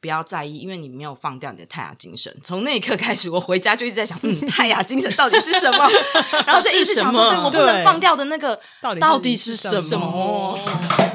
不要在意，因为你没有放掉你的泰雅精神。从那一刻开始，我回家就一直在想，嗯，泰雅精神到底是什么？然后就一直想说，是什么对我不能放掉的那个到底到底是是什么什哦么？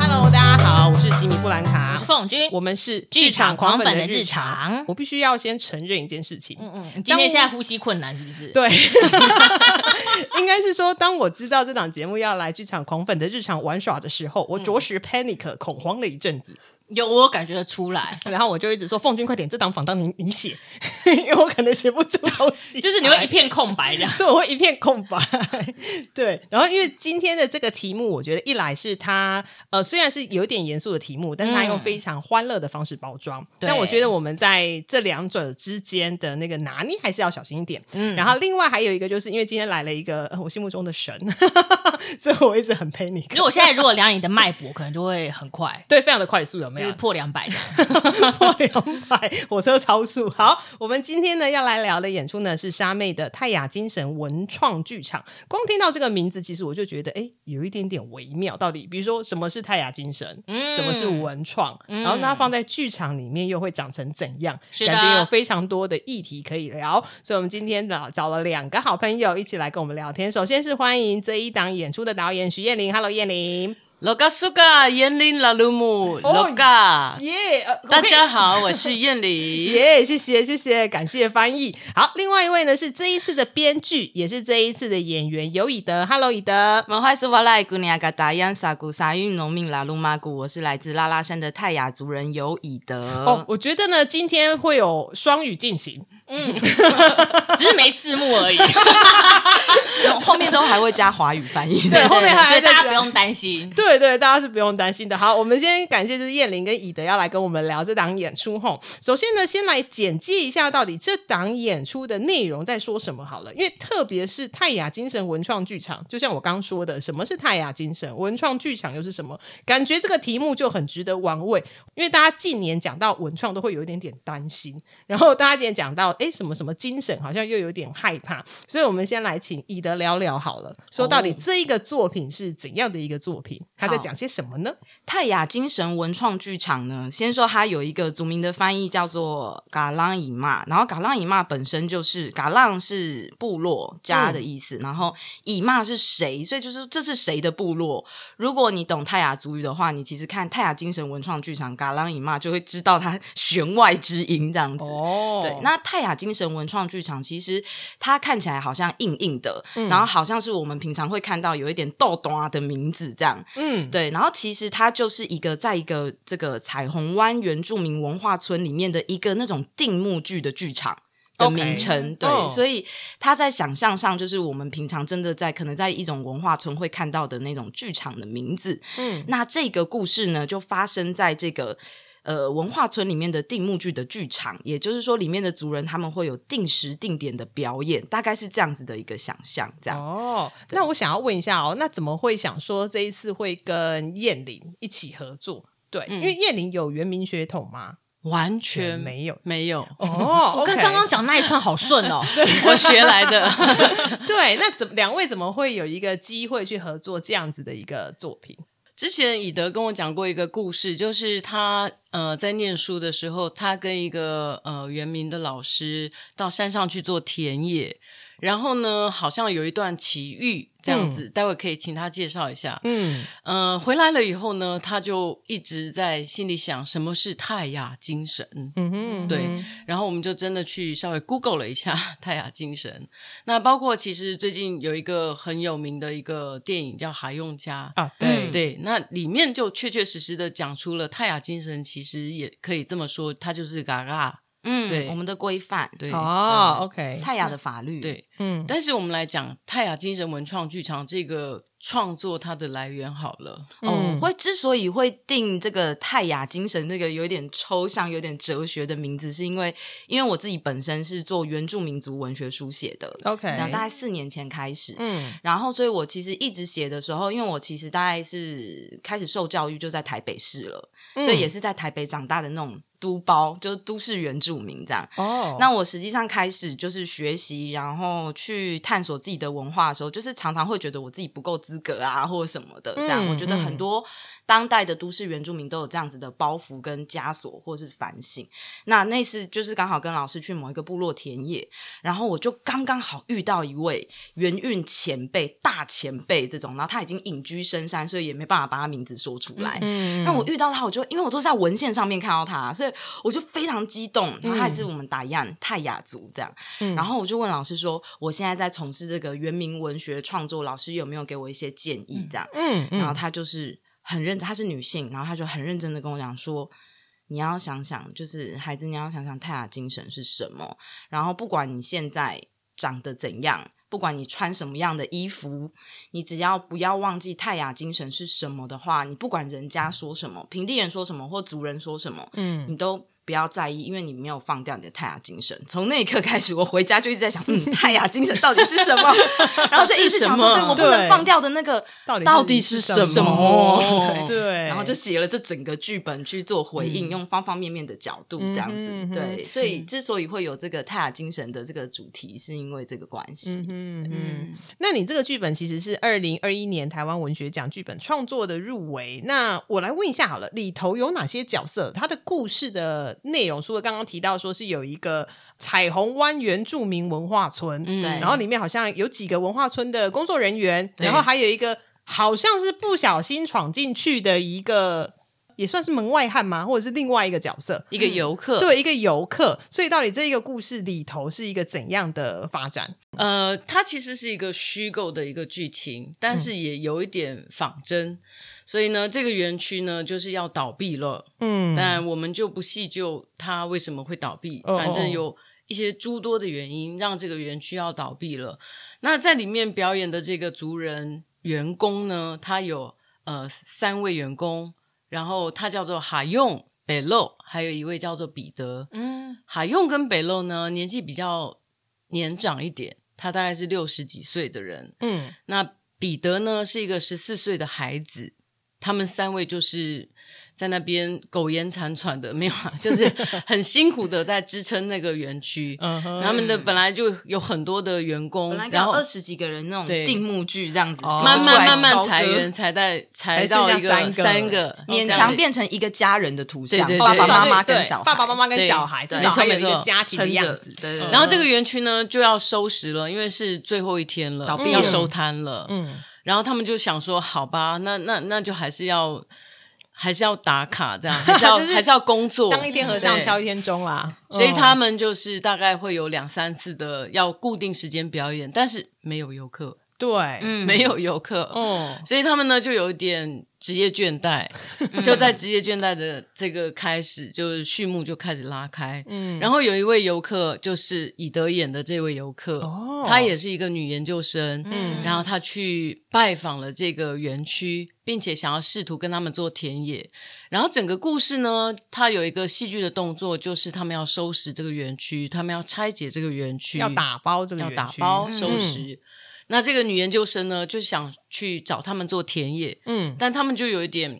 Hello，大家好，我是吉米布兰卡，我是凤君，我们是剧场狂粉的日日常。我必须要先承认一件事情，嗯嗯，你今天现在呼吸困难是不是？，对， 应该是说，当我知道这档节目要来剧场狂粉的日常玩耍的时候，嗯我着实 panic 恐慌了一阵子，有我有感觉得出来，然后我就一直说：“凤君，快点，这档访当你你写， 因为我可能写不出东西。”就是你会一片空白 的。对，我会一片空白。 对，然后因为今天的这个题目，我觉得一来是它呃虽然是有一点严肃的题目，但它用非常欢乐的方式包装。对但我觉得我们在这两者之间的那个拿捏还是要小心一点。嗯，然后另外还有一个就是因为今天来了一个、呃我心目中的神， 所以我一直很 p a n 因为我现在如果量你的脉搏，可能就会很快，对，非常的快速，有没就有是？破两百的。 破两百，火车超速。好，我们今天呢要来聊的演出呢是沙妹的泰雅精神文创剧场。光听到这个名字，其实我就觉得，哎，有一点点微妙。到底，比如说什么是泰雅精神，嗯什么是文创，然后那放在剧场里面又会长成怎样？是的感觉有非常多的议题可以聊。所以，我们今天呢找了两个好朋友一起来跟我们聊天。首先是欢迎这一档演出的导演徐燕玲，Hello，燕玲，罗嘎苏嘎，燕林拉鲁姆，哦罗嘎，耶、啊大家好，我是燕林。耶谢谢谢谢，感谢翻译。好，另外一位呢是这一次的编剧，也是这一次的演员尤以德。Hello，以德。 我们是瓦赖古尼亚嘎达央萨古沙运农民拉鲁马古，我是来自拉拉山的泰雅族人尤以德。哦， 我觉得呢，今天会有双语进行，只是没字幕 而已，后面都还会加华语翻译对的。后面还所以在大家讲不用担心。对对，大家是不用担心的。好，我们先感谢就是燕玲跟以德要来跟我们聊这档演出吼。首先呢，先来简介一下到底这档演出的内容在说什么好了，因为特别是泰雅精神文创剧场，就像我刚说的，什么是泰雅精神文创剧场又是什么？感觉这个题目就很值得玩味，因为大家近年讲到文创都会有一点点担心，然后大家今天讲到诶什么什么精神，好像又有点害怕，所以我们先来请以德聊聊好了，说到底这一个作品是怎样的一个作品，他在讲些什么呢？泰雅精神文创剧场呢，先说它有一个族名的翻译叫做嘎浪伊玛，然后嘎浪伊玛本身就是嘎浪是部落家的意思，然后伊玛是谁，所以就是这是谁的部落。如果你懂泰雅族语的话，你其实看泰雅精神文创剧场嘎浪伊玛就会知道它弦外之音这样子。哦对，那泰雅精神文创剧场其实它看起来好像硬硬的，然后好像是我们平常会看到有一点豆豆啊的名字这样，嗯，对，然后其实它就是一个在一个这个彩虹湾原住民文化村里面的一个那种定目剧的剧场。的 OK 名称对哦所以它在想象上就是我们平常真的在可能在一种文化村会看到的那种剧场的名字。嗯，那这个故事呢，就发生在这个呃文化村里面的定目剧的剧场，也就是说里面的族人他们会有定时定点的表演，大概是这样子的一个想象。这样，哦，那我想要问一下哦，那怎么会想说这一次会跟燕玲一起合作？对，嗯因为燕玲有原民血统吗？完全没有没有，哦，我跟 OK 刚刚讲那一串好顺 哦，我学来的。对，那怎么两位怎么会有一个机会去合作这样子的一个作品？之前以德跟我讲过一个故事，就是他呃在念书的时候，他跟一个呃原民的老师到山上去做田野，然后呢好像有一段奇遇这样子，待会可以请他介绍一下。嗯，呃，回来了以后呢，他就一直在心里想什么是泰雅精神。嗯哼，对，然后我们就真的去稍微 Google 了一下 泰雅精神。那包括其实最近有一个很有名的一个电影叫《海用家》，啊，嗯对，对，那里面就确确实实的讲出了泰雅精神，其实也可以这么说，它就是嘎嘎。嗯，对我们的规范，对，嗯哦，OK，泰雅的法律，对。嗯，但是我们来讲泰雅精神文创剧场这个创作它的来源好了。哦嗯，会之所以会定这个泰雅精神这个有点抽象、有点哲学的名字，是因为因为我自己本身是做原住民族文学书写的 OK 这样大概四年前开始，嗯，然后所以我其实一直写的时候，因为我其嗯实大概是开始受教育就在台北市了，所以也是在台北长大的那种都包，就是都市原住民这样。哦那我实际上开始就是学习，然后去探索自己的文化的时候，就是常常会觉得我自己不够资格啊，或者什么的。这样，嗯我觉得很多当代的都市原住民都有这样子的包袱跟枷锁，或是反省。那那次就是刚好跟老师去某一个部落田野，然后我就刚刚好遇到一位元运前辈、大前辈这种，然后他已经隐居深山，所以也没办法把他名字说出来。嗯那我遇到他，我就因为我都是在文献上面看到他，所以我就非常激动。然后他也是我们打样泰雅族这样，然后我就问老师说，我现在在从事这个原民文学创作，老师有没有给我一些建议？这样，嗯然后他就是很认真，她是女性，然后她就很认真的跟我讲说。你要想想，就是孩子，你要想想泰雅精神是什么。然后，不管你现在长得怎样，不管你穿什么样的衣服，你只要不要忘记泰雅精神是什么的话，你不管人家说什么，平地人说什么或族人说什么，嗯，你都不要在意，因为你没有放掉你的泰雅精神。从那一刻开始，我回家就一直在想，嗯，泰雅精神到底是什么？ 然后就一直想说，是什么对我不能对放掉的那个到底到底是什什么？ 对，嗯然后就写了这整个剧本去做回应，用方方面面的角度这样子。嗯哼对，所以之所以会有这个泰雅精神的这个主题，是因为这个关系。嗯嗯，那你这个剧本其实是二零二一年台湾文学奖剧本创作的入围。那我来问一下好了，里头有哪些角色？它的故事的内容，除了刚刚提到说是有一个彩虹湾原住民文化村，对然后里面好像有几个文化村的工作人员，然后还有一个好像是不小心闯进去的一个，也算是门外汉吗？或者是另外一个角色？一个游客，嗯对，一个游客，所以到底这一个故事里头是一个怎样的发展？呃，它其实是一个虚构的一个剧情，但嗯是也有一点仿真。所以呢，这个园区呢就是要倒闭了，嗯但我们就不细究它为什么会倒闭，哦反哦正有一些诸多的原因让这个园区要倒闭了。那在里面表演的这个族人员工呢，他有呃三位员工，然后他叫做哈用、北漏，还有一位叫做彼得。嗯，海用跟北漏呢，年纪比较年长一点，他大概是六十几岁的人。嗯那彼得呢，是一个十四岁的孩子。他们三位就是在那边苟延残喘的，没有啊， 就是很辛苦的在支撑那个园区。 嗯哼他们的本来就有很多的员工本来，然刚后二十几个人那种对定目剧这样子，哦慢就出慢来慢慢高歌裁员，才在裁才剩到下三个嗯一三个，哦勉强变成一个家人的图像，对对对爸爸对妈妈跟小孩，爸爸妈妈跟对小孩，至对少没错还有一没个错家庭的撑样着，嗯子对。对对。然后这个园区呢就要收拾了，因为是最后一天了，倒闭要了收摊了。嗯，然后他们就想说，好吧，那那那就还是要还是要打卡这 样，还是要、就是还是要工作，当一天和尚对敲一天钟啦。所以嗯他们就是大概会有两三次的要固定时间表演，但是没有游客，对，嗯没有游客，哦，所以他们呢就有一点职业倦怠，嗯就在职业倦怠的这个开始，就是序幕就开始拉开。嗯，然后有一位游客就是以德演的这位游客，哦她也是一个女研究生，嗯，然后她去拜访了这个园区，并且想要试图跟他们做田野。然后整个故事呢，它有一个戏剧的动作，就是他们要收拾这个园区，他们要拆解这个园区，要打包这个要园打区包收拾。那这个女研究生呢，就想去找他们做田野，嗯但他们就有一点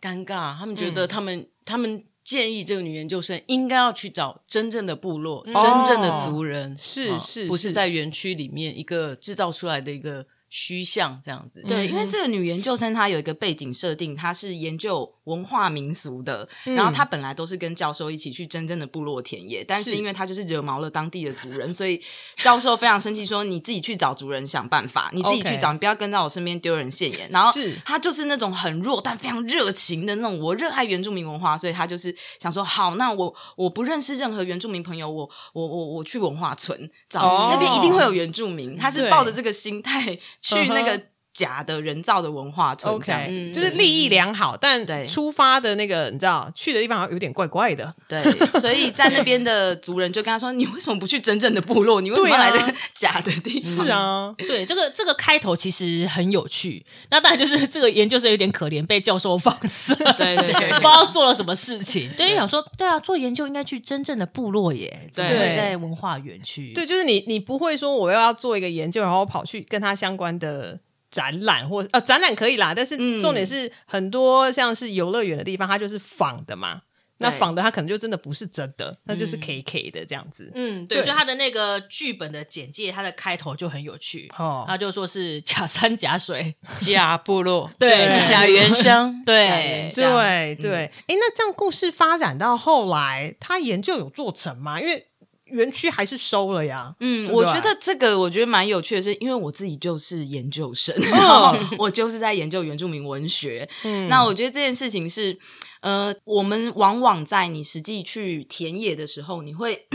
尴尬，他们觉得他们、他们建议这个女研究生应该要去找真正的部落、真正的族人，是啊是嗯不是是在园区里面一个制造出来的一个虚像这样子？对，嗯因为这个女研究生她有一个背景设定，她是研究文化民俗的，嗯然后她本来都是跟教授一起去真正的部落田野，但是因为她就是惹毛了当地的族人，所以教授非常生气，说你自己去找族人想办法，你自己 OK 去找，你不要跟到我身边丢人现眼。然后是她就是那种很弱但非常热情的那种，我热爱原住民文化，所以她就是想说，好，那我我不认识任何原住民朋友，我我我我去文化村找、哦那边一定会有原住民，她是对抱着这个心态去那嗯个假的人造的文化村这样子。嗯，OK，就是嗯利益良好，但对出发的那个你知道去的地方好像有点怪怪的，对，所以在那边的族人就跟他说：“你为什么不去真正的部落？你为什么要来这对啊个假的地方？”是，啊，对，这个这个开头其实很有趣。那当然就是这个研究生有点可怜，被教授放生，对 对对不 知道做了什么事情。对，因为想说，对啊，做研究应该去真正的部落耶，怎么会对在文化园区？对，就是你你不会说我又要做一个研究，然后跑去跟它相关的。展览或嗯呃展览可以啦，但是重点是很多像是游乐园的地方，它就是仿的嘛，那对嗯仿的他可能就真的不是真的，那就是 K K 的这样子。嗯，对，对所以他的那个剧本的简介，他的开头就很有趣，哦他就说是假山假水，假部落， 对假原乡，假对人对对对，嗯哎、那这样故事发展到后来，他研究有做成吗？因为园区还是收了呀。嗯，对啊我不对觉得这个我觉得蛮有趣的是，因为我自己就是研究 生，然后我就是在研究原住民文学。嗯那我觉得这件事情是，呃，我们往往在你实际去田野的时候，你会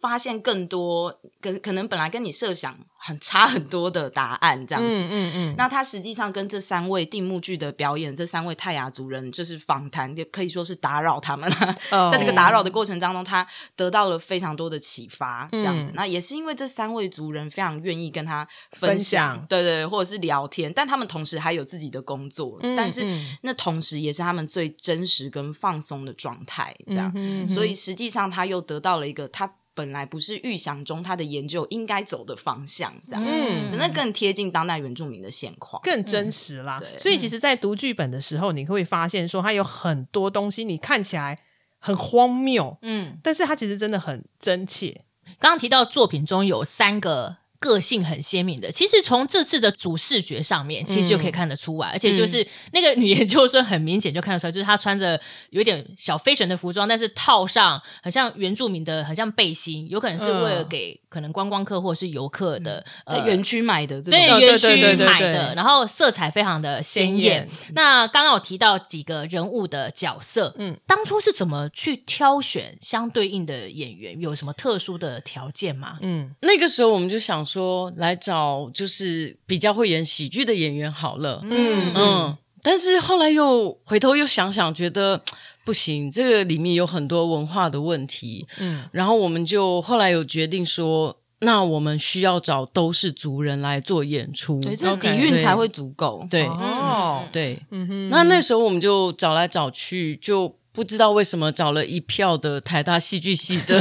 发现更多跟可能本来跟你设想很差很多的答案这样子。嗯嗯嗯，那他实际上跟这三位定目剧的表演，这三位泰雅族人就是访谈，也可以说是打扰他们了。哦在这个打扰的过程当中，他得到了非常多的启发，这样子。嗯那也是因为这三位族人非常愿意跟他分分享对对，或者是聊天，但他们同时还有自己的工作，嗯但是嗯那同时也是他们最真实跟放松的状态，这样。嗯哼所以实际上他又得到了一个他本来不是预想中他的研究应该走的方向，这样。嗯那更贴近当代原住民的现况。更真实啦。对所以其实，在读剧本的时候，你会发现说，它有很多东西，你看起来很荒谬，嗯，但是它其实真的很真切。刚刚提到作品中有三个。个性很鲜明的，其实从这次的主视觉上面，其实就可以看得出来，而且就是那个女研究生很明显就看得出来，就是她穿着有点小飞旋的服装，但是套上很像原住民的，很像背心，有可能是为了嗯给可能观光客或者是游客的、在呃园区买的这种，对园哦对对对区对买对的，然后色彩非常的鲜鲜艳艳。那刚刚有提到几个人物的角色，嗯，当初是怎么去挑选相对应的演员？有什么特殊的条件吗？嗯，那个时候我们就想说，来找就是比较会演喜剧的演员好了。嗯但是后来又回头又想想，觉得不行，这个里面有很多文化的问题。嗯，然后我们就后来有决定说，那我们需要找都是族人来做演出。对，这个 OK，底蕴对才会足够。对、哦，对，嗯哼，那那时候我们就找来找去，就不知道为什么找了一票的台大戏剧系的，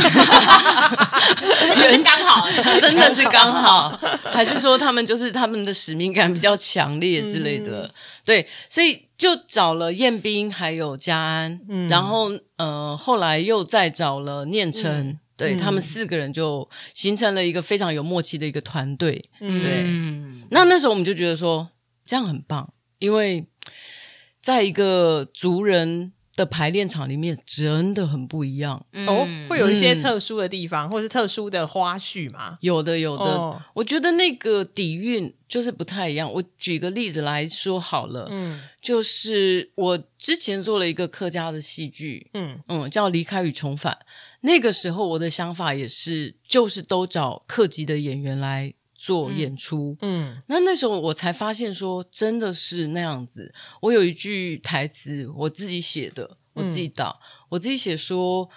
只是刚好， 真的是刚好， 还是说他们就是他们的使命感比较强烈之类的？对，所以就找了彦斌还有嘉安，然后呃，后来又再找了念成。对他们四个人就形成了一个非常有默契的一个团队。对，嗯，那那时候我们就觉得说这样很棒，因为在一个族人的排练场里面真的很不一样。哦，会有一些嗯特殊的地方，或是特殊的花絮嘛？有的，有的。哦我觉得那个底蕴就是不太一样。我举个例子来说好了，嗯就是我之前做了一个客家的戏剧，嗯嗯，叫《离开与重返》。那个时候我的想法也是，就是都找客籍的演员来做演出。嗯那那时候我才发现说，真的是那样子。我有一句台词，我自己写的，我自己打，我自己写说，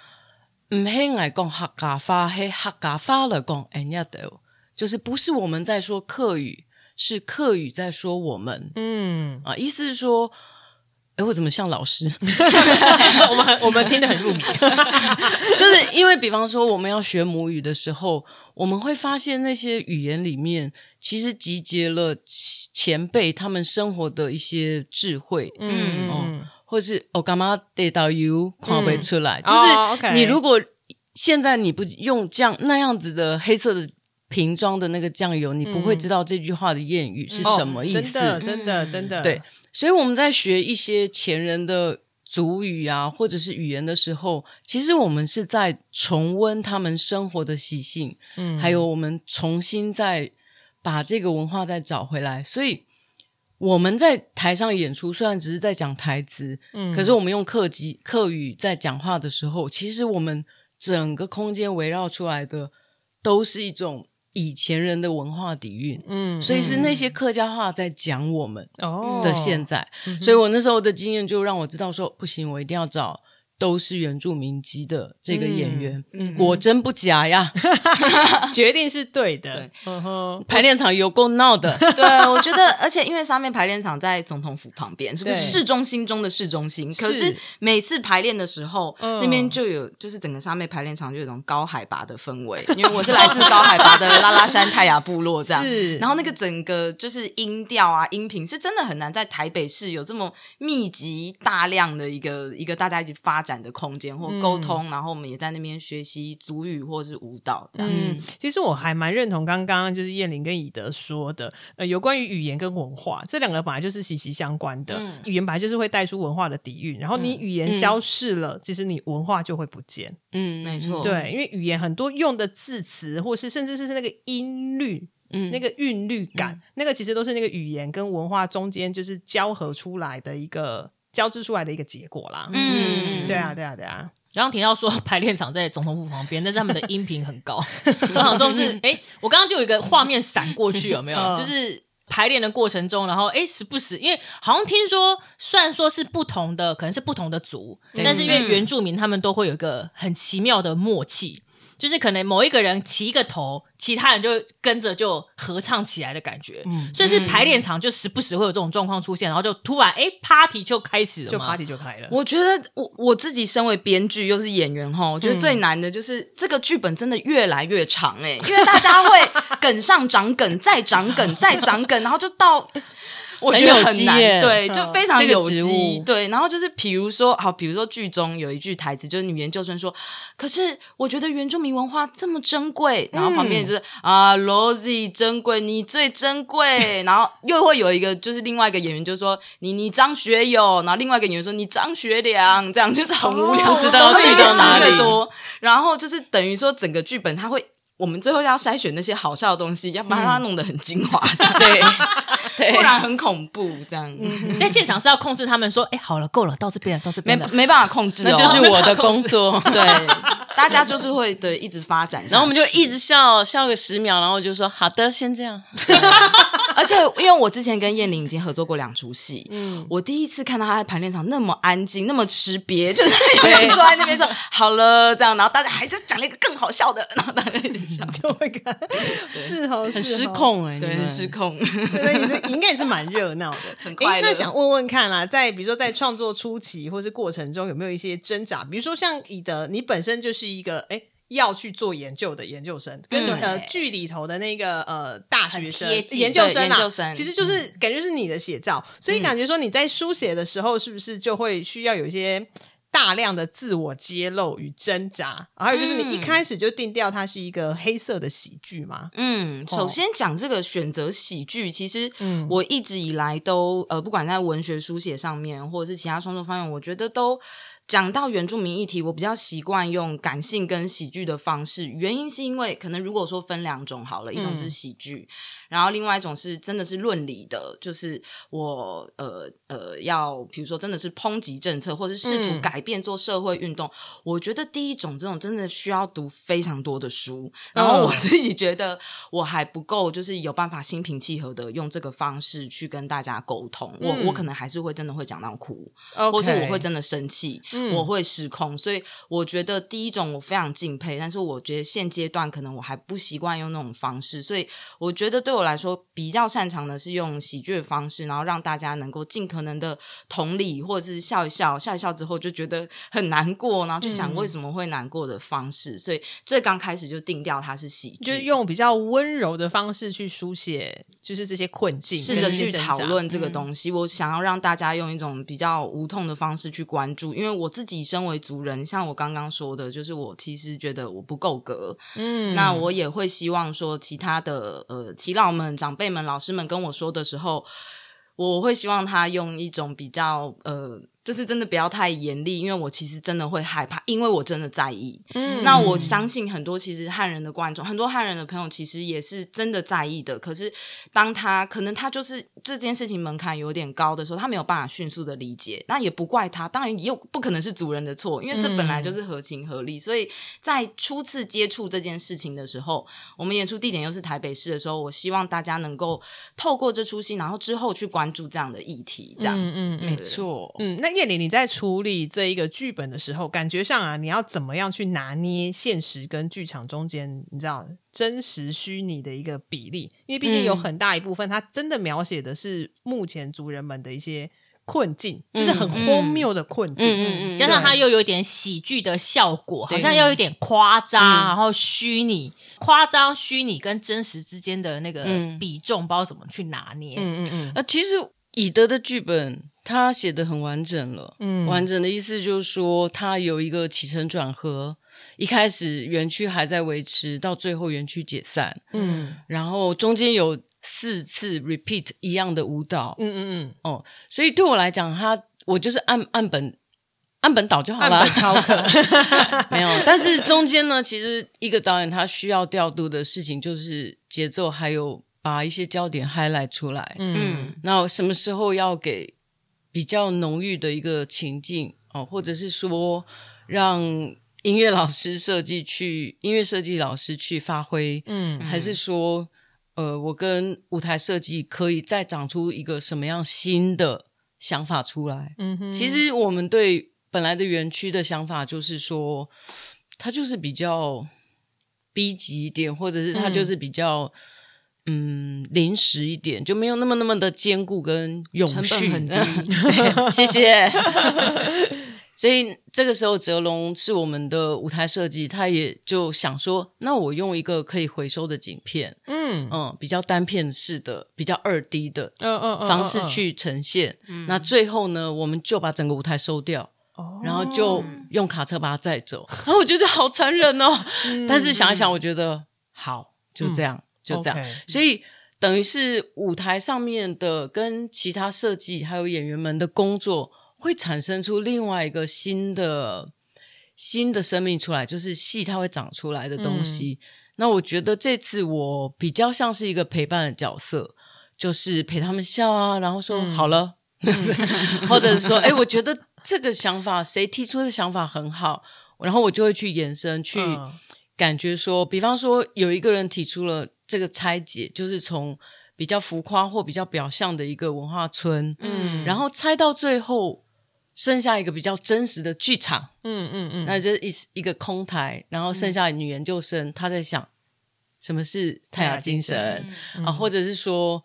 嗯，黑矮讲哈嘎发黑哈嘎发了讲哎呀的，就是不是我们在说客语，是客语在说我们嗯， 啊，意思是说。哎，我怎么像老师？我们很我们听得很入迷。 就是因为，比方说我们要学母语的时候，我们会发现那些语言里面其实集结了前辈他们生活的一些智慧，嗯嗯嗯或是我干嘛得到 you 看不出来，就哦是，OK 你如果现在你不用酱那样子的黑色的瓶装的那个酱油，你不会知道这句话的谚语是嗯哦什么意思。真的嗯真的真的，对，所以我们在学一些前人的族语啊，或者是语言的时候，其实我们是在重温他们生活的习性，嗯，还有我们重新再把这个文化再找回来。所以我们在台上演出，虽然只是在讲台词，嗯，可是我们用客籍客语在讲话的时候，其实我们整个空间围绕出来的都是一种。以前人的文化底蕴，嗯所以是那些客家话在讲我们，哦的现在，所以我那时候的经验就让我知道说，不行，我一定要找都是原住民籍的这个演员。嗯嗯果真不假呀，决定是对的对。嗯哼， 排练场有够闹的，对，我觉得，而且因为上面排练场在总统府旁边，是不是对市中心中的市中心？可是是每次排练的时候，嗯那边就有，就是整个沙妹排练场就有一种高海拔的氛围，因为我是来自高海拔的拉拉山泰雅部落这样是。然后那个整个就是音调啊、音频是真的很难在台北市有这么密集、大量的一个一个大家一起发展的空间或沟嗯通，然后我们也在那边学习足语或是舞蹈这样。嗯，其实我还蛮认同刚刚就是燕玲跟以德说的，呃，有关于语言跟文化这两个本来就是息息相关的。语言本来就是会带出文化的底蕴，然后你语言消逝了，其实你文化就会不见。嗯，没错，哦对，因为语言很多用的字词，或是甚至是那个音律。嗯那个韵律感，那个其实都是那个语言跟文化中间就是交合出来的一个交织出来的一个结果啦。嗯对啊，对啊，对啊，然后提到说排练场在总统府旁边，但是他们的音频 很高。我想说是，哎，我刚刚就有一个画面闪过去，有没有？嗯就是排练的过程中，然后哎，诶时不时，因为好像听说，虽然说是不同的，可能是不同的族，但是因嗯为原住民他们都会有一个很奇妙的默契。就是可能某一个人起一个头，其他人就跟着就合唱起来的感觉，嗯所以是排练场就时不时会有这种状况出现，然后就突然哎、诶 party 就开始了就嘛 party 就开了。我觉得我我自己身为编剧又是演员哈，我觉得最难的就是、这个剧本真的越来越长哎、因为大家会 梗上长梗，再长梗，再长梗，然后就到。我觉得很有很机难，耶对，就非常这个有植机，物对。然后就是比如说，好，比如说剧中有一句台词，就是女研究生说：“可是我觉得原住民文化这么珍贵。”然后旁嗯边就是、啊，Rosie 珍贵，你最珍贵。然后又会有一个就是另外一个演员就说：“你你张学友。”然后另外一个演员说：“你张学良。”这样就是很无聊，哦知道要去到哪里越多。然后就是等于说整个剧本它会。我们最后要筛选那些好笑的东西，要不然嗯让它弄得很精华，对对不，然很恐怖。这样、但现场是要控制他们说，哎、好了，够了，到这边了，到这没边了。没办法控制、哦，那 就是我的工作。对，大家就是会对一直发展下去，然后我们就一直笑笑个十秒，然后就说好的，先这样。 而且因为我之前跟燕玲已经合作过两出戏，嗯，我第一次看到她在排练场那么安静，那么吃瘪， 就是有人坐在那边说好了这样，然后大家还就讲了一个更好笑的，然后大家一直笑，就会看， 是哦，是很失哦。控哎、对，你很们失 控。 对，也是应该也是蛮热闹 的，很快乐那想问问看啊，在比如说在创作初期或是过程中，有没有一些挣扎？比如说像以德，你本身就是一个哎。诶要去做研究的研究生，跟、嗯呃对剧里头的那个呃大学生很贴近研究生对啊，研究生嗯其实就是感觉是你的写照，所以感觉说你在书写的时候，是不是就会需要有一些大量的自我揭露与挣扎？还有就是你一开始就定调它是一个黑色的喜剧嘛，嗯，首先讲这个选择喜剧，其实哦嗯我一直以来都呃，不管在文学书写上面，或者是其他创作方面，我觉得都。讲到原住民议题，我比较习惯用感性跟喜剧的方式，原因是因为可能如果说分两种好了，一种嗯是喜剧，然后另外一种是真的是论理的，就是我呃呃要比如说真的是抨击政策，或是试图嗯改变做社会运动。我觉得第一种这种真的需要读非常多的书，然后我自己觉得我还不够，就是有办法心平气和的用这个方式去跟大家沟通。我我可能还是会真的会讲到哭，或是 OK 我会真的生气，嗯我会失控。所以我觉得第一种我非常敬佩，但是我觉得现阶段可能我还不习惯用那种方式，所以我觉得对我来说比较擅长的是用喜剧的方式，然后让大家能够尽可能的同理，或者是笑一笑，笑一笑之后就觉得很难过，然后就嗯想为什么会难过的方式。所以最刚开始就定调它是喜剧，就是用比较温柔的方式去书写，就是这些困境，试着去讨论。这个嗯东西。我想要让大家用一种比较无痛的方式去关注，因为我自己身为族人，像我刚刚说的，就是我其实觉得我不够格，嗯那我也会希望说，其他的呃耆老们、长辈们、老师们跟我说的时候，我会希望他用一种比较呃，就是真的不要太严厉，因为我其实真的会害怕，因为我真的在意。嗯那我相信很多其实汉人的观众，很多汉人的朋友其实也是真的在意的。可是当他可能他就是这件事情门槛有点高的时候，他没有办法迅速的理解，那也不怪他，当然也有不可能是主人的错，因为这本来嗯就是合情合理。所以在初次接触这件事情的时候，我们演出地点又是台北市的时候，我希望大家能够透过这出戏，然后之后去关注这样的议题，这样子。嗯嗯没错，嗯，那叶玲，你在处理这一个剧本的时候，感觉上啊，你要怎么样去拿捏现实跟剧场中间，你知道真实虚拟的一个比例？因为毕竟有很大一部分，它真的描写的是目前族人们的一些困境，就是很荒谬的困境。嗯嗯嗯加上它又有点喜剧的效果，好像要有点夸张，嗯然后虚拟、夸张、虚拟跟真实之间的那个嗯比重，不知道怎么去拿捏。嗯嗯嗯呃，其实以德的剧本。他写的很完整了。嗯，完整的意思就是说，他有一个起承转合。一开始园区还在维持，到最后园区解散，嗯然后中间有四次 repeat 一样的舞蹈，嗯嗯哦，所以对我来讲，他我就是按按本按本导就嗯，好按了本，操课， 没有。但是中间呢，其实一个导演他需要调度的事情就是节奏，还有把一些焦点 highlight 出来。嗯，那什么时候要给比较浓郁的一个情境哦，或者是说让音乐老师设计去音乐设计老师去发挥，嗯还是说呃，我跟舞台设计可以再长出一个什么样新的想法出来？嗯哼，其实我们对本来的园区的想法就是说，它就是比较逼急一点，或者是它就是比较嗯临时一点，就没有那么那么的坚固跟永成续。本很低 对谢谢。 所以这个时候，哲龙是我们的舞台设计，他也就想说，那我用一个可以回收的景片，嗯嗯，比较单片式的，比较二 D 的，嗯嗯嗯方式，去呈现。那最后呢，我们就把整个舞台收掉，然后就用卡车把它载走。然后我觉得好残忍哦，但是想一想，我觉得好，就这样，就这样。 OK 所以等于是舞台上面的跟其他设计还有演员们的工作，会产生出另外一个新的新的生命出来，就是戏它会长出来的东西。那我觉得这次我比较像是一个陪伴的角色，就是陪他们笑啊，然后说、嗯好了， 或者是说，哎、我觉得这个想法谁提出的想法很好，然后我就会去延伸去。嗯感觉说，比方说有一个人提出了这个拆解，就是从比较浮夸或比较表象的一个文化村，嗯然后拆到最后剩下一个比较真实的剧场，嗯嗯嗯，那这一一个空台，然后剩下女研究生她在想什么是泰雅精神泰雅啊，或者是说，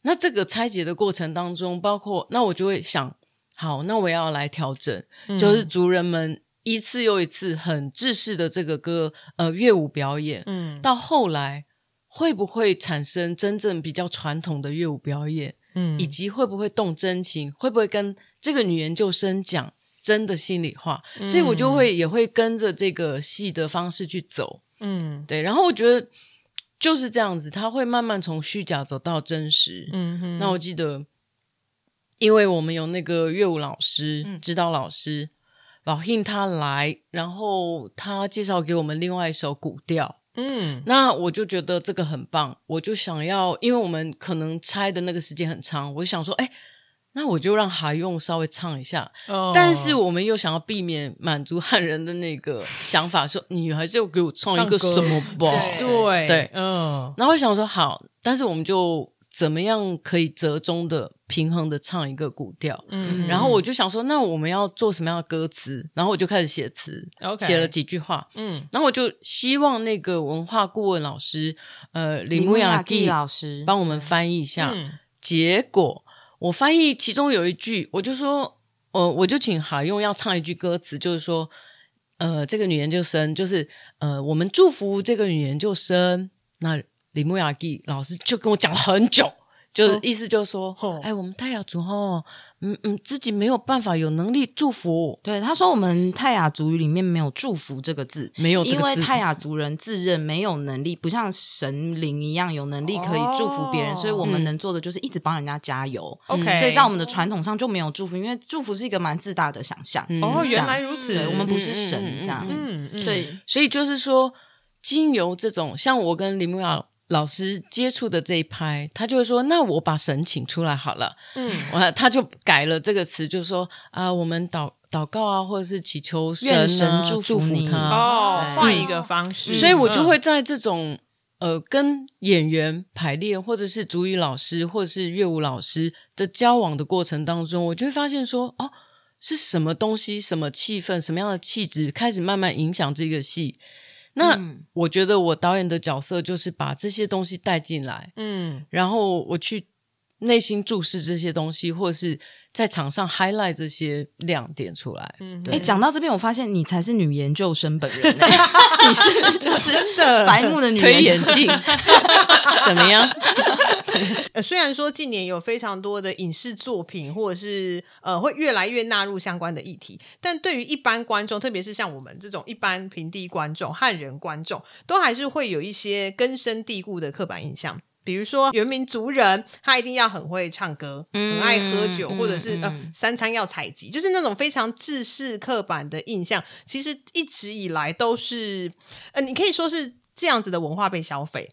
那这个拆解的过程当中，包括那我就会想，好，那我要来调整，就是族人们一次又一次很制式的这个歌呃乐舞表演，嗯到后来会不会产生真正比较传统的乐舞表演？嗯以及会不会动真情，会不会跟这个女研究生讲真的心里话，所以我就会也会跟着这个戏的方式去走，嗯对，然后我觉得就是这样子，他会慢慢从虚假走到真实。嗯哼，那我记得，因为我们有那个乐舞老师、嗯指导老师老 h 他来，然后他介绍给我们另外一首古调，嗯那我就觉得这个很棒，我就想要，因为我们可能拆的那个时间很长，我就想说，哎，那我就让海用稍微唱一下，哦但是我们又想要避免满足汉人的那个想法，说你还是要给我唱一个哦唱歌什么吧？对对对嗯然后我想说好，但是我们就怎么样可以折中的、平衡的唱一个古调？嗯然后我就想说，那我们要做什么样的歌词？然后我就开始写词 OK 写了几句话，嗯然后我就希望那个文化顾问老师，呃，李木雅雅基老师，帮我们翻译一下。嗯结果我翻译其中有一句，我就说，呃，我就请哈用要唱一句歌词，就是说，呃，这个女研究生就是呃，我们祝福这个女研究生。那李木雅基老师就跟我讲了很久，就是意思就是说，哦哎，我们泰雅族哦，嗯嗯，自己没有办法有能力祝福，对他说我们泰雅族语里面没有“祝福”这个字。没有这因个为字泰雅族人自认没有能力，不像神灵一样有能力可以祝福别人，哦所以我们嗯能做的就是一直帮人家加油。 ，OK，所以在我们的传统上就没有祝福，因为祝福是一个蛮自大的想象。嗯哦，这样原来如此，对我们不是神嗯嗯嗯这样，嗯嗯嗯对，所以就是说，经由这种像我跟林木雅老师接触的这一拍，他就会说：“那我把神请出来好了。”嗯，我他就改了这个词，就说啊，我们祷祷告啊，或者是祈求神、啊、愿神祝祝福你他。哦，对换一个方式，所以我就会在这种呃跟演员排练，或者是主语老师，或者是乐舞老师的交往的过程当中，我就会发现说，哦，是什么东西、什么气氛、什么样的气质，开始慢慢影响这个戏。那、嗯我觉得我导演的角色就是把这些东西带进来，嗯然后我去内心注视这些东西，或者是在场上 highlight 这些亮点出来。嗯哎，讲到这边，我发现你才是女研究生本人欸，你是就是的白目的女推研眼究镜怎么样？呃，虽然说近年有非常多的影视作品，或者是呃，会越来越纳入相关的议题，但对于一般观众，特别是像我们这种一般平地观众、汉人观众，都还是会有一些根深蒂固的刻板印象。比如说原民族人，他一定要很会唱歌，很爱喝酒，嗯或者是、嗯呃三餐要采集，就是那种非常制式刻板的印象。其实一直以来都是，呃，你可以说是这样子的文化被消费，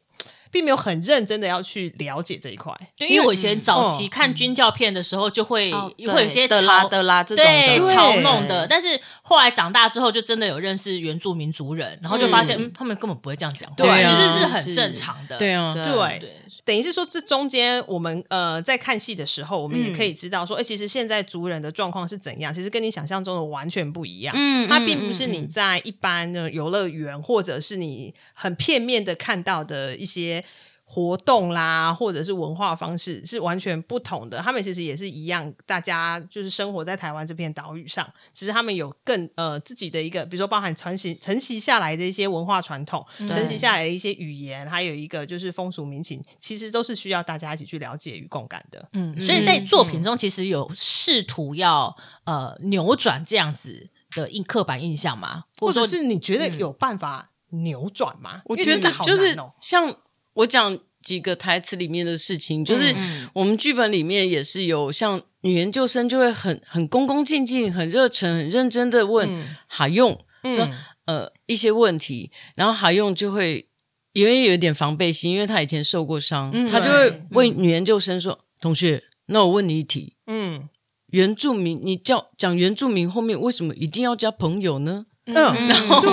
并没有很认真的要去了解这一块。对，因为我以前早期看军教片的时候，就会哦对会有一些的啦的啦这种对的对嘲弄的，但是后来长大之后，就真的有认识原住民族人，然后就发现，是嗯，他们根本不会这样讲话，对啊就是是很是正常的， 对啊，对对等于是说，这中间我们呃在看戏的时候，我们也可以知道说，哎、其实现在族人的状况是怎样，其实跟你想象中的完全不一样。嗯它并不是你在一般的游乐园，或者是你很片面的看到的一些活动啦，或者是文化方式是完全不同的。他们其实也是一样，大家就是生活在台湾这片岛屿上，只是他们有更呃自己的一个，比如说包含承袭承袭下来的一些文化传统，承袭下来的一些语言，还有一个就是风俗民情，其实都是需要大家一起去了解与共感的。嗯，所以在作品中其实有试图要呃扭转这样子的印刻板印象嘛，或者说是你觉得有办法扭转吗？我因为觉真的得好就是难哦像我讲几个台词里面的事嗯情，就是我们剧本里面也是有像女研究生就会很很恭恭敬敬、很热忱、很认真的问嗯哈用、说呃一些问题，然后哈用就会因为有一点防备心，因为他以前受过伤，嗯他就会问女研究生说：“同学，那我问你一题，嗯原住民，你叫讲原住民后面为什么一定要加朋友呢？”嗯，然 后对。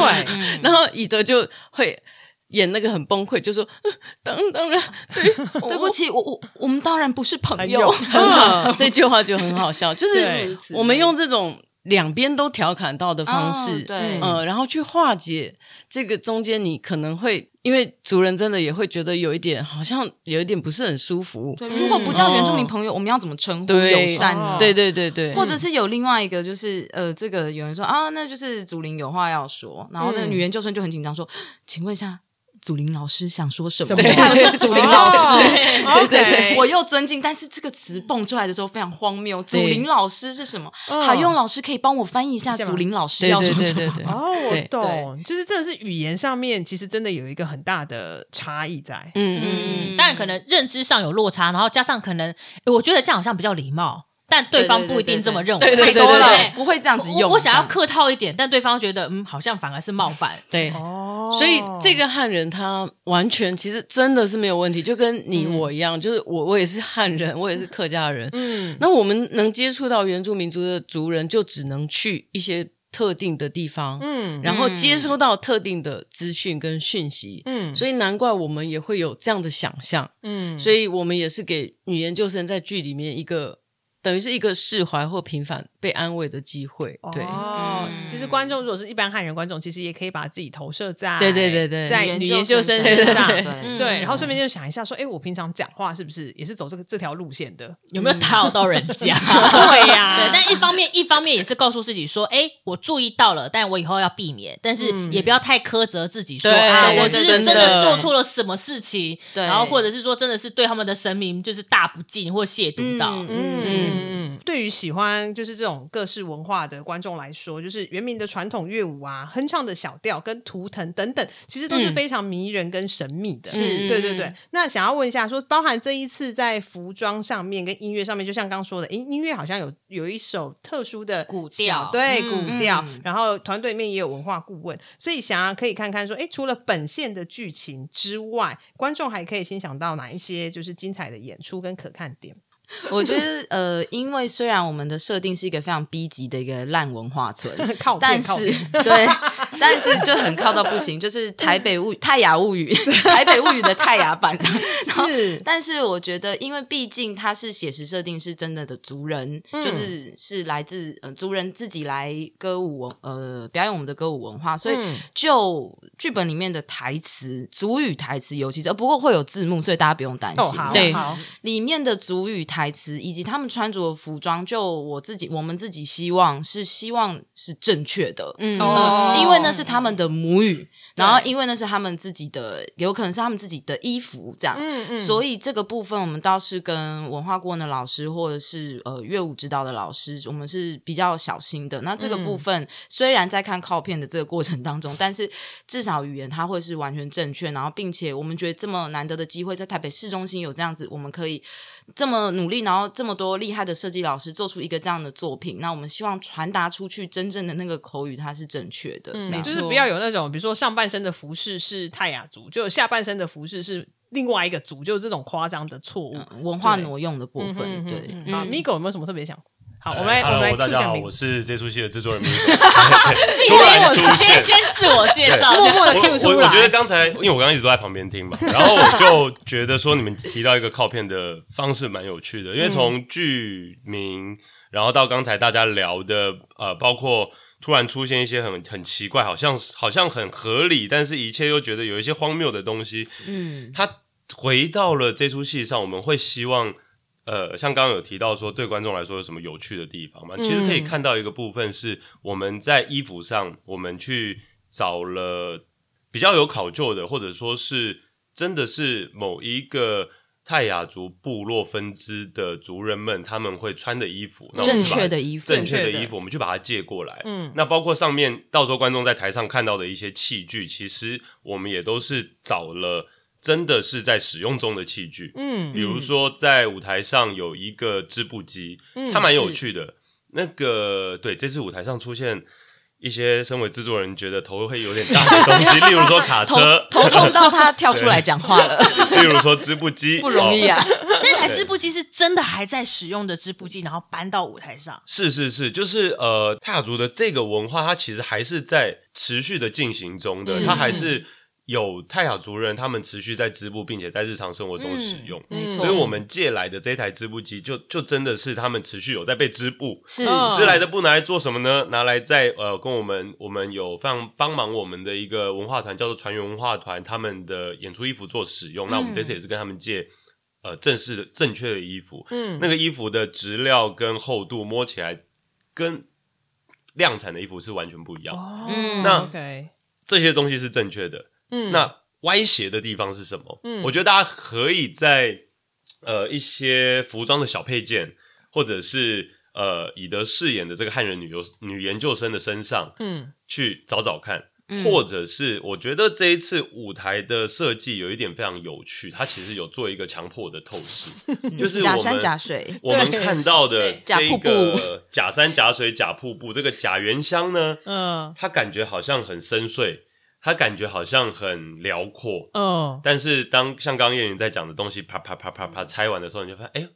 然后以德就会演那个很崩溃，就说 呃当当然对对不，起，我我我们当然不是朋友友，我很好 这句话就很好笑，就是对我们用这种两边都调侃到的方式，哦对呃，然后去化解这个中间你可能会因为族人真的也会觉得有一点好像有一点不是很舒服，对，如果不叫原住民朋友，我们要怎么称呼对友善哦呢？对对对对，或者是有另外一个，就是呃，这个有人说啊，那就是祖林有话要说，然后那个女研究生就很紧张说，请问一下。祖林老师想说什么？什么他又是祖林老师，哦对对对 OK 我又尊敬，但是这个词蹦出来的时候非常荒谬。祖林老师是什么？嗯海用老师可以帮我翻译一下是吗祖林老师对要对说对什对么？对，哦，我对懂，就是真的是语言上面，其实真的有一个很大的差异在。嗯嗯嗯，当然可能认知上有落差，然后加上可能诶我觉得这样好像比较礼貌，但对方不一定这么认为，对对对太多了对不会这样子用。我我想要这样客套一点，但对方觉得嗯，好像反而是冒犯。对。哦嗯所以这个汉人他完全其实真的是没有问题，就跟你我一样，就是我我也是汉人，我也是客家人。嗯那我们能接触到原住民族的族人，就只能去一些特定的地方，嗯然后接收到特定的资讯跟讯息。嗯所以难怪我们也会有这样的想象，嗯，所以我们也是给女研究生在剧里面一个等于是一个释怀或平反被安慰的机会。对，哦，其实观众如果是一般汉人观众，其实也可以把自己投射在对对对对在女哎研究生对身上。对对嗯对，然后顺便就想一下，说，哎，我平常讲话是不是也是走这个这条路线的？有嗯没有打扰到人 家？对呀对，但一方面，一 方面也是告诉自己说，哎，我注意到了，但我以后要避免，但是也不要太苛责自己说，对啊，对我对是真真的的做错了什么事情，对然后或者是说真的是对他们的神明就是大不敬或亵渎到，嗯嗯，对于喜欢就是这种各式文化的观众来说，就是原民的传统乐舞啊、哼唱的小调跟图腾等等，其实都是非常迷人跟神秘的。嗯是嗯对对对。那想要问一下说包含这一次在服装上面跟音乐上面，就像刚说的，音音乐好像有有一首特殊的古小调对嗯古嗯调，然后团队里面也有文化顾问，所以想要可以看看说，哎，除了本线的剧情之外，观众还可以欣赏到哪一些就是精彩的演出跟可看点。我觉得呃，因为虽然我们的设定是一个非常逼急的一个烂文化村， 靠边但靠是 对，但是就很靠到不行，就是台北物泰雅物语， 台北物语的泰雅版。 是但是我觉得，因为毕竟它是写实设定，是真的的族人，嗯就是是来自呃族人自己来歌舞文呃表演我们的歌舞文化，所以嗯就剧本里面的台词，族语台词尤其是，呃不过会有字幕，所以大家不用担心。哦好啊对好里面的族语台词以及他们穿着的服装，就我自己我们自己希望是希望是正确的，嗯，哦因为那是他们的母语，然后因为那是他们自己的，有可能是他们自己的衣服这样，嗯嗯所以这个部分我们倒是跟文化顾问的老师或者是呃乐舞指导的老师，我们是比较小心的。那这个部分、虽然在看靠片的这个过程当中，但是至少语言它会是完全正确，然后并且我们觉得这么难得的机会在台北市中心有这样子，我们可以这么努力，然后这么多厉害的设计老师做出一个这样的作品，那我们希望传达出去真正的那个口语它是正确的，这样就是不要有那种，比如说上半身的服饰是泰雅族，就下半身的服饰是另外一个族，就是这种夸张的错误。文化挪用的部分，嗯哼对。嗯啊，Migo 有没有什么特别想？好，我们来，我们来 Hello，大 Q 家讲好，明我。是这出戏的 制作人 Migo。突然出先现，先自我介绍一默下，默的 Q 我出我我觉得来，刚才，因为我刚刚一直都在旁边听嘛，然后我就觉得说你们提到一个靠片的方式蛮有趣的，因为从剧名，然后到刚才大家聊的，呃，包括突然出现一些很很奇怪，好像好像很合理，但是一切又觉得有一些荒谬的东西，嗯，它回到了这出戏上，我们会希望。呃，像刚刚有提到说，对观众来说有什么有趣的地方吗？其实可以看到一个部分是我们在衣服上，我们去找了比较有考究的，或者说是真的是某一个泰雅族部落分支的族人们他们会穿的衣服，那我正们哦就把确的衣服正确正确的的衣服，我们去把它借过来。嗯，那包括上面到时候观众在台上看到的一些器具，其实我们也都是找了真的是在使用中的器具。嗯比如说在舞台上有一个织布机，嗯它蛮有趣的。那个对，这次舞台上出现一些身为制作人觉得头会有点大的东 西，例如说卡头车，头痛到他跳出来讲话了，例如说织布机，不容易哦啊！那台织布机是真的还在使用的织布机，然后搬到舞台上。是是是，就是呃，泰雅族的这个文化，它其实还是在持续的进行中的，嗯它还是有泰雅族人他们持续在织布，并且在日常生活中使用。嗯没错所以，我们借来的这一台织布机就，就真的是他们持续有在被织布。是嗯织来的布拿来做什么呢？拿来在呃，跟我们我们有非常帮忙我们的一个文化团叫做船员文化团，他们的演出衣服做使用。那我们嗯这次也是跟他们借呃正式的正确的衣服，嗯那个衣服的质料跟厚度摸起来跟量产的衣服是完全不一样。哦嗯那 OK，这些东西是正确的，嗯那歪斜的地方是什么？嗯，我觉得大家可以在呃一些服装的小配件，或者是呃以德饰演的这个汉人女游女研究生的身上嗯去找找看。嗯或者是我觉得这一次舞台的设计有一点非常有趣，它其实有做一个强迫的透视， 就是我假们山假水，我们看到的对假这瀑布个假山假水假瀑布，这个假原乡呢，嗯它感觉好像很深邃，它感觉好像很辽阔，嗯，但是当像刚刚叶玲在讲的东西啪啪啪啪嗯啪拆完的时候，你就发现，哎呦，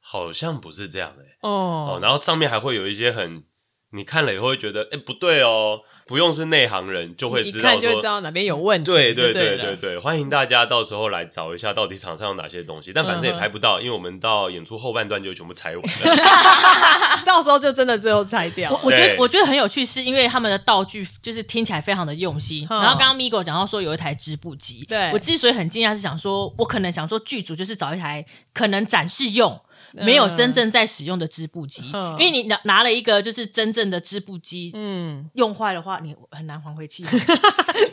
好像不是这样哎、哦，哦，然后上面还会有一些很，你看了以后会觉得，哎，不对哦，不用是内行人就会一知看道就知说。道哪边有问题，对对对对了对，对，欢迎大家到时候来找一下到底场上有哪些东西，但反嗯正也拍不到，因为我们到演出后半段就全部拆完了。啊到时候就真的最后拆掉 我我了。觉得对我觉得很有趣，是因为他们的道具就是听起来非常的用心。嗯然后刚刚 Migo 讲到说有一台织布机，对我之所以很惊讶是想说，我可能想说剧组就是找一台可能展示用。没有真正在使用的织布机，嗯因为你拿拿了一个就是真正的织布机，嗯，用坏的话你很难还回去。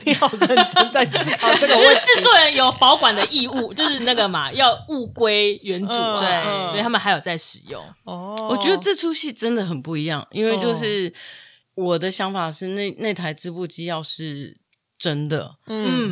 你好认真在思考这个就是问题。 制作人有保管的义务，就是那个嘛，要物归原主啊。嗯嗯对他们还有在使用。哦，嗯我觉得这出戏真的很不一样，因为就是我的想法是那，那台织布机要是真的，嗯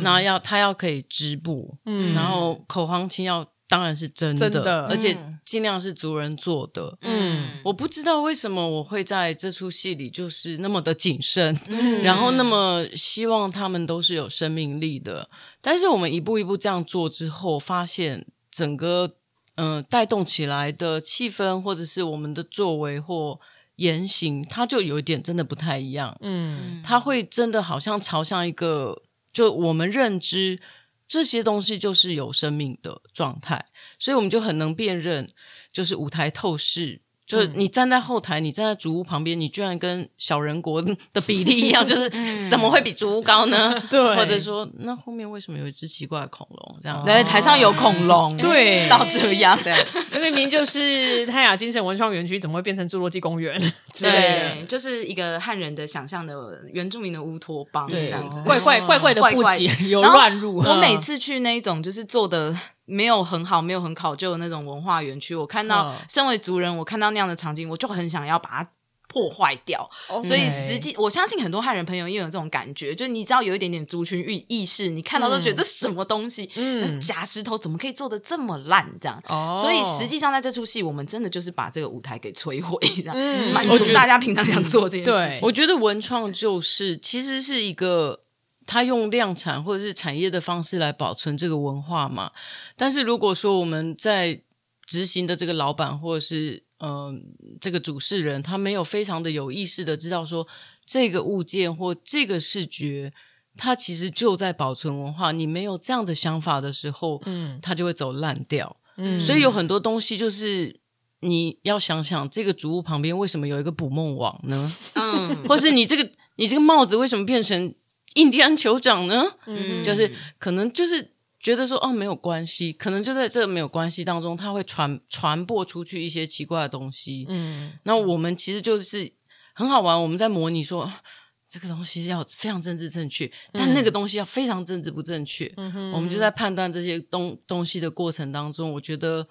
嗯然后要它要可以织布，嗯然后口簧琴要当然是真的，真的而且嗯尽量是族人做的。嗯我不知道为什么我会在这出戏里就是那么的谨慎， 然后那么希望他们都是有生命力的。但是我们一步一步这样做之后，发现整个嗯、呃带动起来的气氛，或者是我们的作为或言行，它就有一点真的不太一样。嗯它会真的好像朝向一个，就我们认知这些东西就是有生命的状态，所以我们就很能辨认，就是舞台透视就是你站在后台，你站在主屋旁边，你居然跟小人国 的比例一样，就是怎么会比主屋高呢？对或者说那后面为什么有一只奇怪的恐龙？这样对，台上有恐龙，对到这样，对那明明就是泰雅精神文创园区，怎么会变成侏罗纪公园之类的？对，就是一个汉人的想象的原住民的乌托邦这对嗯样子，。怪怪怪怪的怪不怪解，有然后乱入。我每次去那一种就是做的没有很好、没有很考究的那种文化园区，我看到嗯身为族人，我看到那样的场景，我就很想要把它破坏掉。 OK 哦所以实际我相信很多汉人朋友也有这种感觉，就是你知道有一点点族群意意识，你看到都觉得这是什么东西，嗯，假石头怎么可以做的这么烂这样？哦所以实际上在这出戏，我们真的就是把这个舞台给摧毁，这样、嗯满我觉足得大家平常想做这件对事情。我觉得文创就是其实是一个。他用量产或者是产业的方式来保存这个文化嘛，但是如果说我们在执行的这个老板或者是嗯、呃这个主事人，他没有非常的有意识的知道说这个物件或这个视觉，它其实就在保存文化。你没有这样的想法的时候，嗯，它就会走烂掉。嗯所以有很多东西就是你要想想，这个主物旁边为什么有一个捕梦网呢？嗯， 或是你这个你这个帽子为什么变成印第安酋长呢？嗯就是可能就是觉得说哦没有关系，可能就在这没有关系当中，它会传传播出去一些奇怪的东西。嗯，那我们其实就是很好玩，我们在模拟说。啊这个东西要非常政治正确，但嗯那个东西要非常政治不正确。我们就在判断这些东东西的过程当中，我觉得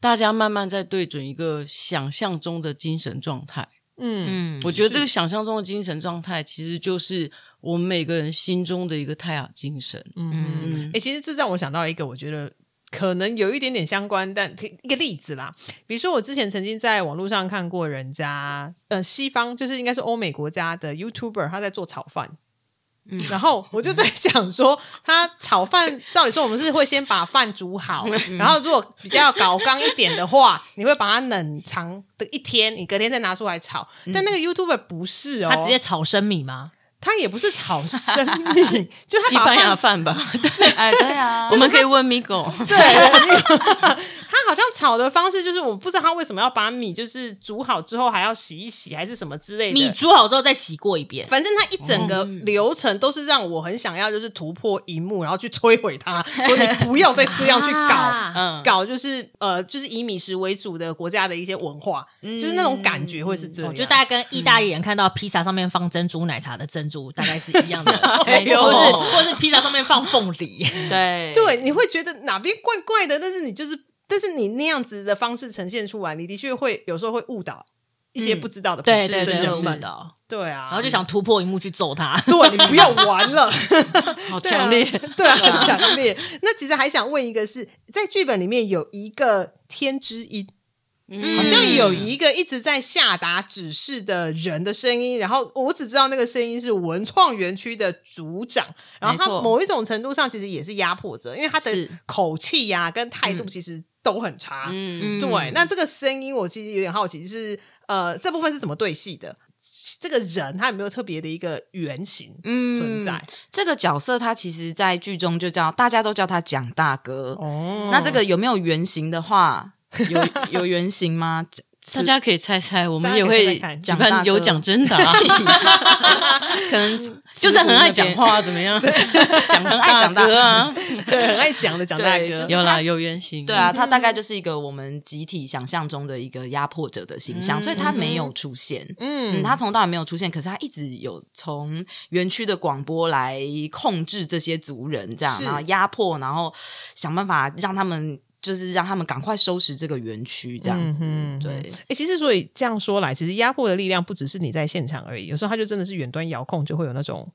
大家慢慢在对准一个想象中的精神状态。嗯嗯，我觉得这个想象中的精神状态，其实就是我们每个人心中的一个泰雅精神。嗯，哎、嗯，其实这让我想到一个，我觉得。可能有一点点相关，但一个例子啦，比如说我之前曾经在网络上看过人家，呃，西方就是应该是欧美国家的 YouTuber，他在做炒饭，嗯然后我就在想说，他炒饭，照理说我们是会先把饭煮好，然后如果比较搞刚一点的话，你会把它冷藏的一天，你隔天再拿出来炒。但那个 YouTuber 不是哦，他直接炒生米吗？他也不是炒生命， 就西他把班牙饭饭吧， 哎，对 啊，我们可以问 Migo。对，他好像炒的方式就是，我不知道他为什么要把米就是煮好之后还要洗一洗，还是什么之类的。哦米煮好之后再洗过一 遍，反正他一整个流程都是让我很想要，就是突破荧幕，然后去摧毁它，说你不要再这样去 搞。啊嗯，搞就是呃，就是以米食为主的国家的一些文化，就是那种感觉会是这样。嗯我觉得大概跟意大利人看到披萨上面放珍珠奶茶的珍珠大概是一样的， 哎没错或是或是披萨上面放凤梨，对对，你会觉得哪边怪怪的，但是你就是，但是你那样子的方式呈现出来，你的确会有时候会误导一些不知道的朋对友对的对，人是们，的。对啊，然后就想突破荧幕去揍他。对你不要玩了，好对啊强烈。对啊，很强烈。那其实还想问一个是，在剧本里面有一个天之音，嗯好像有一个一直在下达指示的人的声音，然后我只知道那个声音是文创园区的组长，然后他没错某一种程度上其实也是压迫者，因为他的是口气呀、跟态度其实都很差。嗯，嗯对，那这个声音我其实有点好奇，就是呃，这部分是怎么对戏的？这个人他有没有特别的一个原型嗯存在？这个角色他其实，在剧中就叫大家都叫他蒋大哥。哦那这个有没有原型的话，有有原型吗？ 大家可以猜猜，我们也大家可会以猜猜看举办有奖征答，可能就是很爱讲，话，怎么样？讲很爱讲大哥。啊，对，很爱讲的蒋大哥，对就是有啦，有原型。对啊，他大概就是一个我们集体想象中的一个压迫者的形象，所以他没有出现。嗯嗯，他从头到尾没有出现，可是他一直有从园区的广播来控制这些族人，这样是然后压迫，然后想办法让他们，就是让他们赶快收拾这个园区，这样子。嗯哼对，欸其实所以这样说来，其实压迫的力量不只是你在现场而已，有时候他就真的是远端遥控就会有那种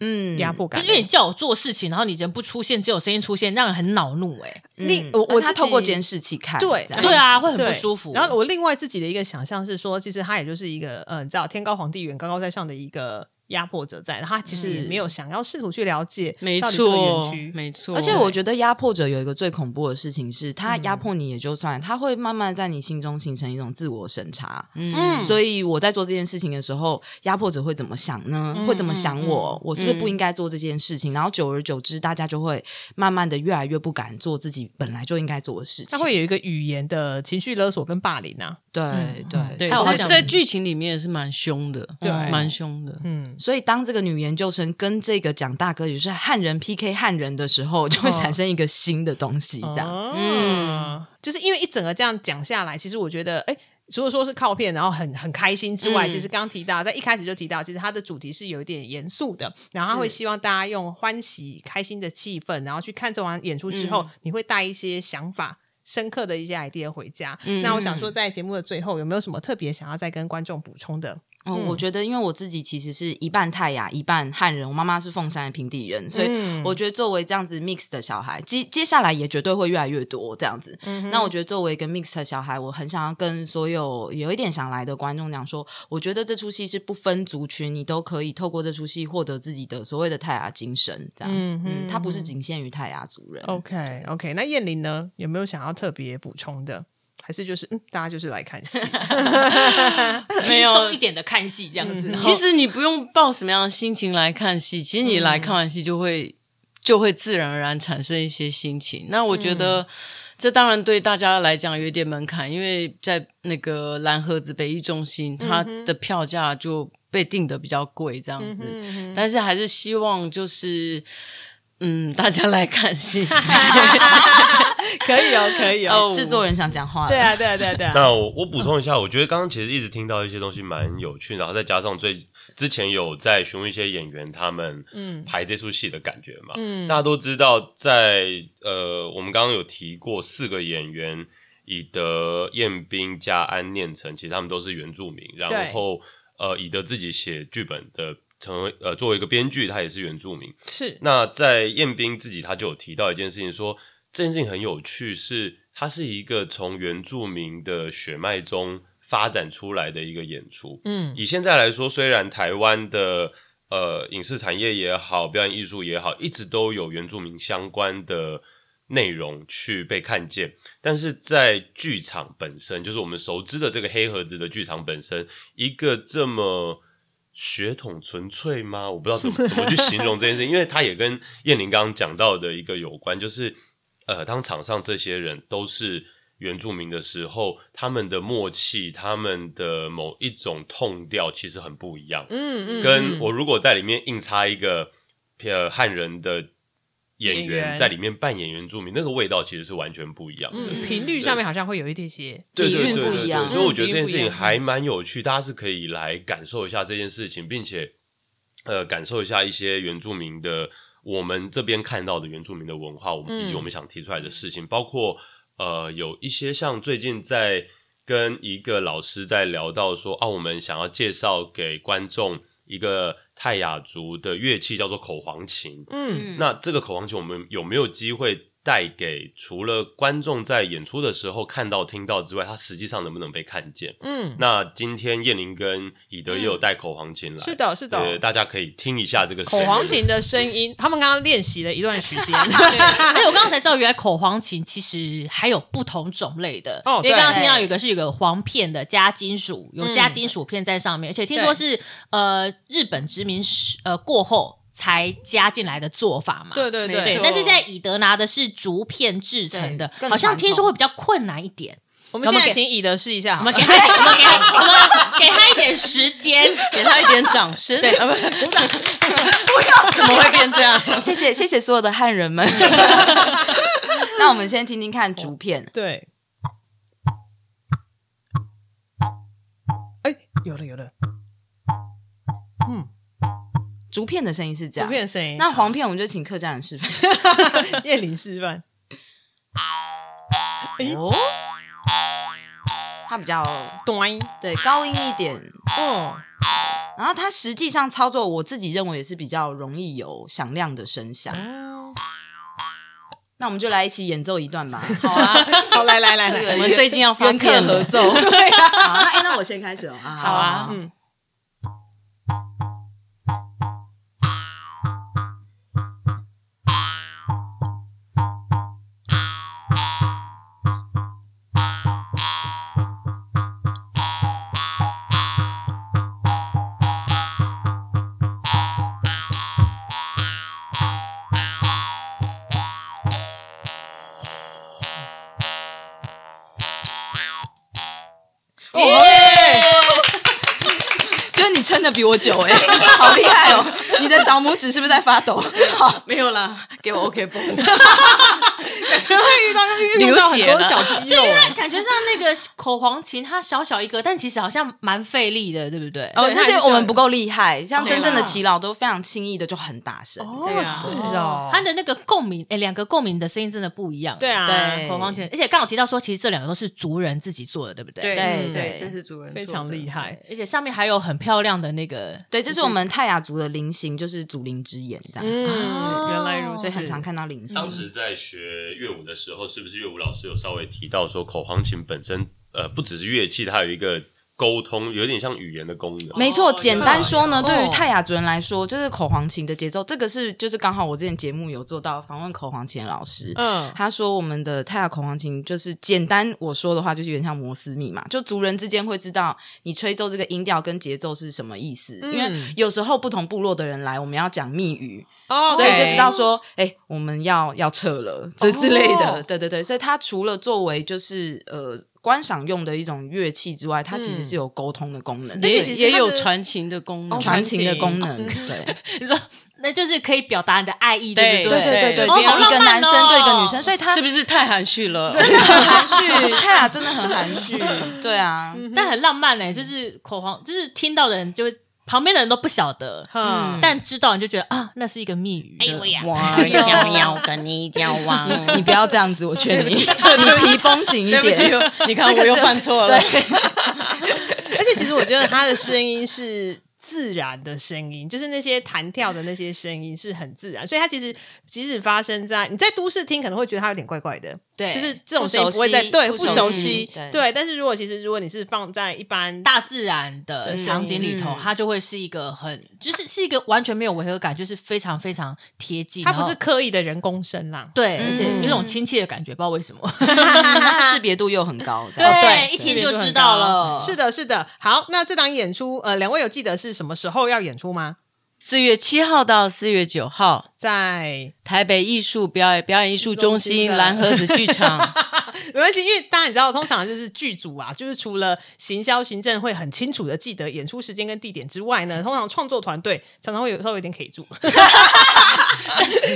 嗯，压迫感。因为你叫我做事情，然后你人不出现，只有声音出现，让人很恼怒、欸。你嗯我我他自透过己监视器看，对这 样哎，对啊，会很对不舒服。然后我另外自己的一个想象是说，其实他也就是一个呃，你知道天高皇帝远、高高在上的一个压迫者在，然后他其实也没有想要试图去了解没到底这个园，错区。没错。而且我觉得压迫者有一个最恐怖的事情是，他压迫你也就算，他会慢慢在你心中形成一种自我审查。嗯所以我在做这件事情的时候，压迫者会怎么想呢？会怎么想我？我是不是不应该做这件事情？然后久而久之，大家就会慢慢的越来越不敢做自己本来就应该做的事他情。会有一个语言的情绪勒索跟霸凌啊，对对。对，还有其好实像在剧情里面也是蛮凶的，对蛮凶的。嗯，所以，当这个女研究生跟这个蒋大哥，也就是汉人 PK 汉人的时候，就会产生一个新的东西，这样。嗯，就是因为一整个这样讲下来，其实我觉得，哎、除了说是靠片，然后很很开心之外，嗯其实刚刚提到，在一开始就提到，其实它的主题是有一点严肃的，然后他是会希望大家用欢喜、开心的气氛，然后去看这完演出之后，你会带一些想法。深刻的一些 idea 回家。那我想说，在节目的最后，有没有什么特别想要再跟观众补充的？哦，嗯我觉得，因为我自己其实是一半泰雅，一半汉人，我妈妈是凤山的平地人，所以嗯我觉得作为这样子 mix 的小孩，接接下来也绝对会越来越多这样子。嗯那我觉得作为一个 mix 的小孩，我很想要跟所有有一点想来的观众讲说，我觉得这出戏是不分族群，你都可以透过这出戏获得自己的所谓的泰雅精神，这样。嗯嗯，它不是仅限于泰雅族人。 OK OK，那燕玲呢，有没有想要特别补充的？还是就是嗯，大家就是来看戏， 轻松一点的看戏这嗯样子。然后其实你不用抱什么样的心情来看戏，其实你来看完戏就会、就会自然而然产生一些心情。那我觉得。这当然对大家来讲有一点门槛，因为在那个蓝盒子北艺中心，它的票价就被定的比较贵这样子。但是还是希望就是，嗯，大家来看戏。可以哦，可以哦。制作人想讲话了，对啊，对啊，对啊，对啊。那我我补充一下，我觉得刚刚其实一直听到一些东西蛮有趣，然后再加上最之前有在询问一些演员他们排这出戏的感觉嘛，大家都知道在呃我们刚刚有提过四个演员以德、彦斌加安念成，其实他们都是原住民，然后呃以德自己写剧本的。成为呃，作为一个编剧，他也是原住民。是那在彦斌自己他就有提到一件事情说，这件事情很有趣，是它是一个从原住民的血脉中发展出来的一个演出。嗯，以现在来说，虽然台湾的呃影视产业也好，表演艺术也好，一直都有原住民相关的内容去被看见，但是在剧场本身，就是我们熟知的这个黑盒子的剧场本身，一个这么。血统纯粹吗？我不知道怎么怎么去形容这件事，因为它也跟燕玲刚刚讲到的一个有关，就是呃，当场上这些人都是原住民的时候，他们的默契，他们的某一种痛调其实很不一样。嗯嗯，跟我如果在里面硬插一个呃汉人的演演员员在里面扮演原住民，那个味道其实是完全不一样的。嗯频率上面好像会有一点些，对底对蕴对不对一样对所以我觉得嗯这件事底蕴不情一样还蛮有趣，大家是可以来感受一下这件事情，并且呃感受一下一些原住民的我们这边看到的原住民的文化，我们以嗯及我们想提出来的事情，包括呃有一些像最近在跟一个老师在聊到说啊，我们想要介绍给观众一个泰雅族的乐器叫做口簧琴，嗯那这个口簧琴，我们有没有机会带给除了观众在演出的时候看到、听到之外，它实际上能不能被看见？嗯，那今天燕玲跟以德也有带口簧琴来，是的，是呃，的。大家可以听一下这个嗯声口音簧。琴的声音，他们刚刚练习了一段时 间。对，我刚刚才知道，原来口簧琴其实还有不同种类的。哦因为刚刚对听到有一个是有个簧片的加金属，有加金属片在上面，而且听说是呃日本殖民时呃过后才加进来的做法嘛。 对对没对对错，但是现在以德拿的是竹片制成的对，更好像传听说统会比较困难一点。 我们现在请乙德试一下我好们了，给他，我们给他，我们给他一点时 间。 给他一点掌声。 对，呃啊不鼓掌怎么会变这 样？谢谢谢谢所有的汉人 们。 那我们先听听看竹片。对。哎，有了有了，竹片的声音是这竹样。片的声音。那黄片我们就请客家人示范。 叶林示范，哦，它比较端对高音一点，哦，然后它实际上操作，我自己认为也是比较容易有响亮的声响。那我们就来一起演奏一段吧。好啊，好，来来来这个来，我们最近要发原片客了合奏。 啊啊嗯对啊，好，那哎，那我先开始哦。好好啊嗯。撑的比我久哎、 好厉害哦！你的小拇指是不是在发抖？好，没有啦，给我 OK 绷。感觉 会遇到遇到很流血多了小肌肉。但感觉上那个口簧琴它小小一个，但其实好像蛮费力的，对不对？哦，对那它些还是我们不够厉害，像对啦真正的祈老都非常轻易的就很大声。对哦，啊是哦，它的那个共鸣，哎，两个共鸣的声音真的不一样。对啊，对口簧琴，而且刚好提到说，其实这两个都是族人自己做的，对不对？对对对嗯对，这是主人非常厉害。害。而且上面还有很漂亮的那个，对，这是我们泰雅族的菱形，就是祖灵之眼这样子，嗯，原来如此，所以很常看到菱当形。时在学乐舞的时候，是不是乐舞老师有稍微提到说，口簧琴本身呃不只是乐器，它有一个沟通，有点像语言的功能。没错，简单说呢，哦对于泰雅族人来说，就是口簧琴的节奏，这个是就是刚好我之前节目有做到访问口簧琴的老师，嗯他说我们的泰雅口簧琴就是简单我说的话，就是有点像摩斯密码，就族人之间会知道你吹奏这个音调跟节奏是什么意思，因为有时候不同部落的人来，我们要讲密语，哦，所以就知道说，哎、我们要要撤了，哦这之类的，对对对。所以它除了作为就是呃观赏用的一种乐器之外，它其实是有沟通的功能，而且也其实也它有的传情的功能，哦传情的功能，嗯对你说那就是可以表达你的爱意，对不对对对对，哦就好是一浪个漫男哦生对一个女生，所以他 是不是太含蓄了？很含蓄，泰雅真的很含蓄，对啊，嗯但很浪漫呢、欸就是口黄，就是听到的人就会，旁边的人都不晓得，嗯，但知道你就觉得啊，那是一个密语。哎呦呀，哇， 想要跟你交往，你不要这样子，我劝 你，你皮绷紧一嗯对不起点。， 你看这个我又就犯错了。而且其实我觉得他的声音是。自然的声音，就是那些弹跳的那些声音是很自然，所以它其实即使发生在你在都市听，可能会觉得它有点怪怪的，对，就是这种声音不会不在熟悉对不不熟熟悉悉，对对。但是如果其实如果你是放在一般大自然的对场景里头，嗯它就会是一个很，就是是一个完全没有违和感，就是非常非常贴近。它不是然后刻意的人工声啦。对，而且有一种亲切的感觉，不知道为什么。 那识别度又很高，这对，样哦对一听就知道了。是的，是的。好，那这档演出，呃，两位有记得是什么时候要演出吗？四月七号到四月九号，在台北艺术表演表演艺术中中心心的蓝盒子剧场。没关系，因为大家你知道，通常就是剧组啊，就是除了行销行政会很清楚的记得演出时间跟地点之外呢，通常创作团队常常会有稍微有点 K 住。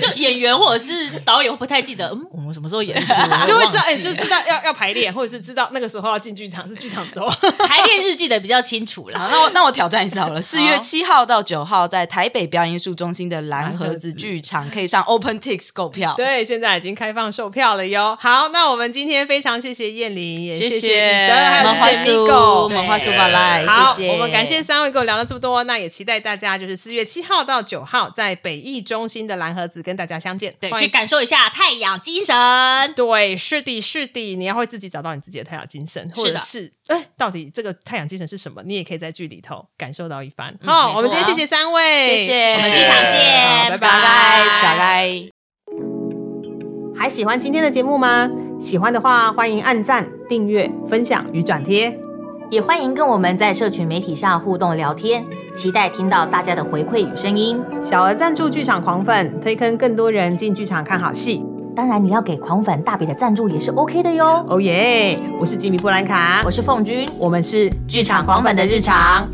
就演员或者是导演会不太记得，嗯，我们什么时候演出， 就会知在道，哎、就知道要要排练，或者是知道那个时候要进剧场，是剧场周。排练日记得比较清楚啦。好， 那我那我挑战一次好了。四月七号到九号，在台北表演艺术中心的蓝盒子剧场，可以上 OpenTix 购票。对，现在已经开放售票了哟。好，那我们今天非常谢谢燕玲，也谢谢谢你的，还有漫画谢谢书 Nico，，漫画书吧来，好，谢谢。我们感谢三位跟我聊了这么多，那也期待大家就是四月七号到九号在北艺中心的蓝盒子跟大家相见。对，欢去迎感受一下太阳精神。对，是的，是的，你要会自己找到你自己的太阳精神，或是者的是哎，到底这个太阳精神是什么？你也可以在剧里头感受到一番。好、我们今天谢谢三位，嗯谢谢，我们剧场见好拜拜，拜拜拜。拜。还喜欢今天的节目吗？喜欢的话，欢迎按赞、订阅、分享与转贴。也欢迎跟我们在社群媒体上互动聊天，期待听到大家的回馈与声音。小额赞助剧场狂粉，推坑更多人进剧场看好戏。当然，你要给狂粉大笔的赞助也是 OK 的哟。哦耶！我是吉米布兰卡，我是凤君，我们是剧场狂粉的日常。